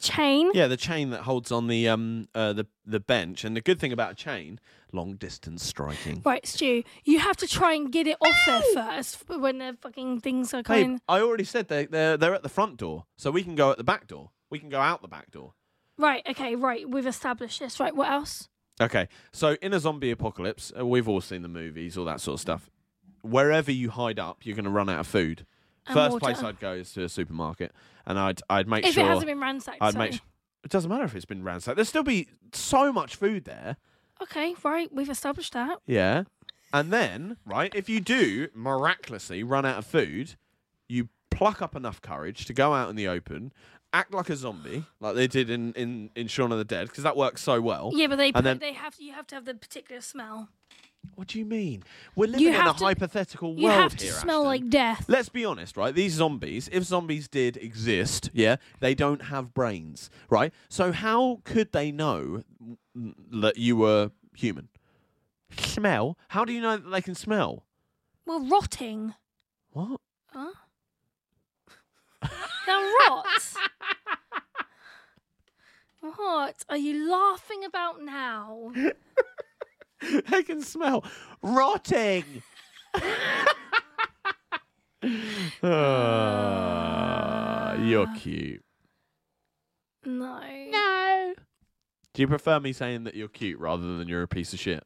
Speaker 3: Chain.
Speaker 2: Yeah, the chain that holds on the um uh, the the bench. And the good thing about a chain, long distance striking.
Speaker 3: Right, Stu. You have to try and get it off there first f- when the fucking things are
Speaker 2: Hey,
Speaker 3: coming.
Speaker 2: I already said they they're they're at the front door, so we can go at the back door. We can go out the back door.
Speaker 3: Right. Okay. Right. We've established this. Right. What else?
Speaker 2: Okay, so in a zombie apocalypse, uh, we've all seen the movies, all that sort of stuff. Wherever you hide up, you're going to run out of food.
Speaker 3: And
Speaker 2: First
Speaker 3: water.
Speaker 2: place I'd go is to a supermarket, and I'd I'd make
Speaker 3: If
Speaker 2: sure
Speaker 3: it hasn't been ransacked.
Speaker 2: I'd
Speaker 3: sorry.
Speaker 2: make. s- It doesn't matter if it's been ransacked. There'll still be so much food there.
Speaker 3: Okay. Right. We've established that.
Speaker 2: Yeah. And then, right, if you do miraculously run out of food, you pluck up enough courage to go out in the open act like a zombie, like they did in in, in Shaun of the Dead, because that works so well.
Speaker 3: Yeah, but they
Speaker 2: And then-
Speaker 3: they have to, you have to have the particular smell.
Speaker 2: What do you mean? We're living in
Speaker 3: have
Speaker 2: a
Speaker 3: to-
Speaker 2: hypothetical world
Speaker 3: You have to
Speaker 2: here.
Speaker 3: smell
Speaker 2: Ashton.
Speaker 3: like death.
Speaker 2: Let's be honest, right? These zombies, if zombies did exist, yeah, they don't have brains, right? So how could they know mm, that you were human? Smell? How do you know that they can smell?
Speaker 3: Well, rotting.
Speaker 2: What?
Speaker 3: Huh? They'll rot. What are you laughing about now?
Speaker 2: they can smell rotting. Ah, you're cute.
Speaker 3: No.
Speaker 2: No. Do you prefer me saying that you're cute rather than you're a piece of shit?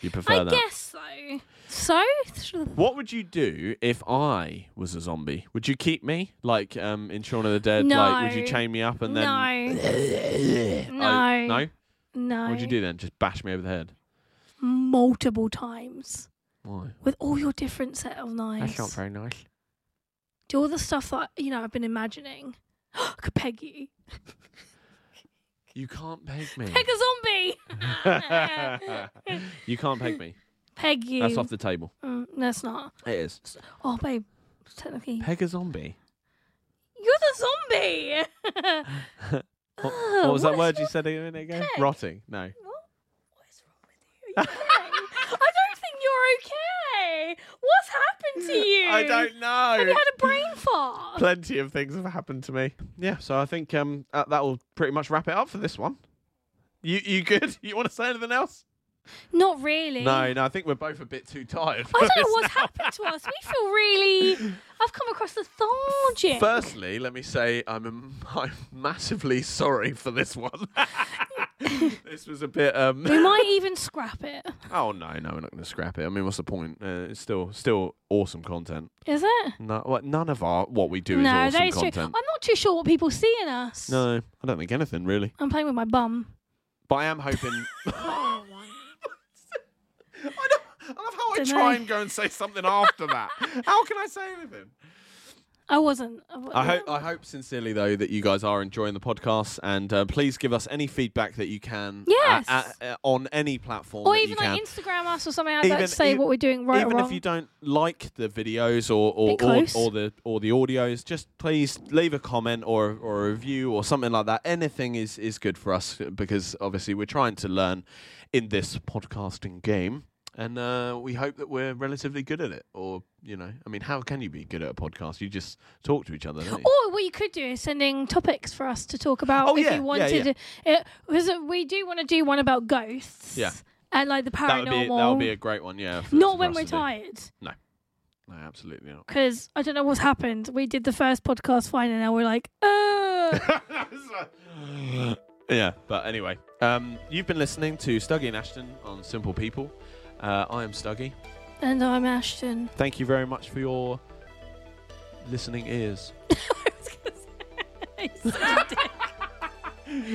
Speaker 2: You prefer
Speaker 3: I
Speaker 2: that?
Speaker 3: guess so. So? Th-
Speaker 2: What would you do if I was a zombie? Would you keep me, like um, in Shaun of the Dead? Like, would you
Speaker 3: No.
Speaker 2: chain me up and then?
Speaker 3: No.
Speaker 2: I-
Speaker 3: No.
Speaker 2: no.
Speaker 3: No.
Speaker 2: What would you do then? Just bash me over the head?
Speaker 3: Multiple times
Speaker 2: Why?
Speaker 3: with all your different set of knives.
Speaker 2: very nice.
Speaker 3: do all the stuff that you know I've been imagining. I could peg you.
Speaker 2: You can't peg me.
Speaker 3: Peg a zombie.
Speaker 2: you can't peg me.
Speaker 3: peg you.
Speaker 2: That's off the table.
Speaker 3: Mm, no, it's not.
Speaker 2: It is.
Speaker 3: Oh, babe. Technically,
Speaker 2: Peg a zombie.
Speaker 3: you're the zombie.
Speaker 2: What,
Speaker 3: Oh,
Speaker 2: what was that
Speaker 3: what
Speaker 2: word
Speaker 3: is
Speaker 2: you said a minute ago?
Speaker 3: peg?
Speaker 2: Rotting. No.
Speaker 3: What is wrong with you? Are you okay? I don't think you're okay. What's happened to you?
Speaker 2: I don't know.
Speaker 3: Have you had a brain fart?
Speaker 2: Plenty of things have happened to me. Yeah, so I think um that, that will pretty much wrap it up for this one. You you good? You want to say anything else?
Speaker 3: Not really.
Speaker 2: No, no. I think we're both a bit too tired. for
Speaker 3: I don't
Speaker 2: this
Speaker 3: know what's
Speaker 2: now.
Speaker 3: happened to us. We feel really. I've come across lethargic.
Speaker 2: Firstly, let me say I'm um, I'm massively sorry for this one. this was a bit um.
Speaker 3: we might even scrap it.
Speaker 2: Oh no, no, we're not going to scrap it. I mean, what's the point? Uh, it's still still awesome content.
Speaker 3: Is it?
Speaker 2: No, well, none of our what we do is
Speaker 3: no,
Speaker 2: awesome
Speaker 3: that is true. I'm
Speaker 2: content.
Speaker 3: not too sure what people see in us.
Speaker 2: No, I don't think anything really.
Speaker 3: I'm playing with my bum.
Speaker 2: But I am hoping. I, don't, I love how I
Speaker 3: Dunno.
Speaker 2: try and go and say something after that. How can I say anything?
Speaker 3: I wasn't. wa-
Speaker 2: I hope, I hope sincerely though that you guys are enjoying the podcast, and uh, please give us any feedback that you can. uh,
Speaker 3: Yes.
Speaker 2: uh, uh, on any platform.
Speaker 3: Or
Speaker 2: that
Speaker 3: even
Speaker 2: you can.
Speaker 3: like Instagram us or something like that
Speaker 2: Even-
Speaker 3: to say
Speaker 2: even-
Speaker 3: what we're doing right
Speaker 2: even
Speaker 3: or wrong.
Speaker 2: if you don't like the videos or or,
Speaker 3: Bit
Speaker 2: or,
Speaker 3: close.
Speaker 2: or the or the audios, just please leave a comment or or a review or something like that. Anything is is good for us uh, because obviously we're trying to learn in this podcasting game, and uh, we hope that we're relatively good at it. Or you know, I mean, how can you be good at a podcast? You just talk to each other. Don't you?
Speaker 3: Or what you could do is sending topics for us to talk about
Speaker 2: Oh,
Speaker 3: if
Speaker 2: yeah, yeah,
Speaker 3: you wanted. Because we do want to do one about ghosts.
Speaker 2: Yeah.
Speaker 3: And like the paranormal.
Speaker 2: That would be that would be a great one. Yeah, for-
Speaker 3: not
Speaker 2: for
Speaker 3: when
Speaker 2: us
Speaker 3: we're
Speaker 2: to do.
Speaker 3: tired.
Speaker 2: No, absolutely not.
Speaker 3: Because I don't know what's happened. We did the first podcast fine and now we're like, uh.
Speaker 2: yeah, but anyway, um, you've been listening to Stuggy and Ashton on Simple People. Uh, I am Stuggy.
Speaker 3: and I'm Ashton.
Speaker 2: Thank you very much for your listening ears.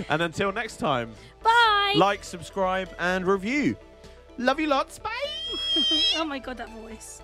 Speaker 2: And until next time,
Speaker 3: Bye.
Speaker 2: like, subscribe, and review. Love you lots. Bye.
Speaker 3: oh my god, that voice.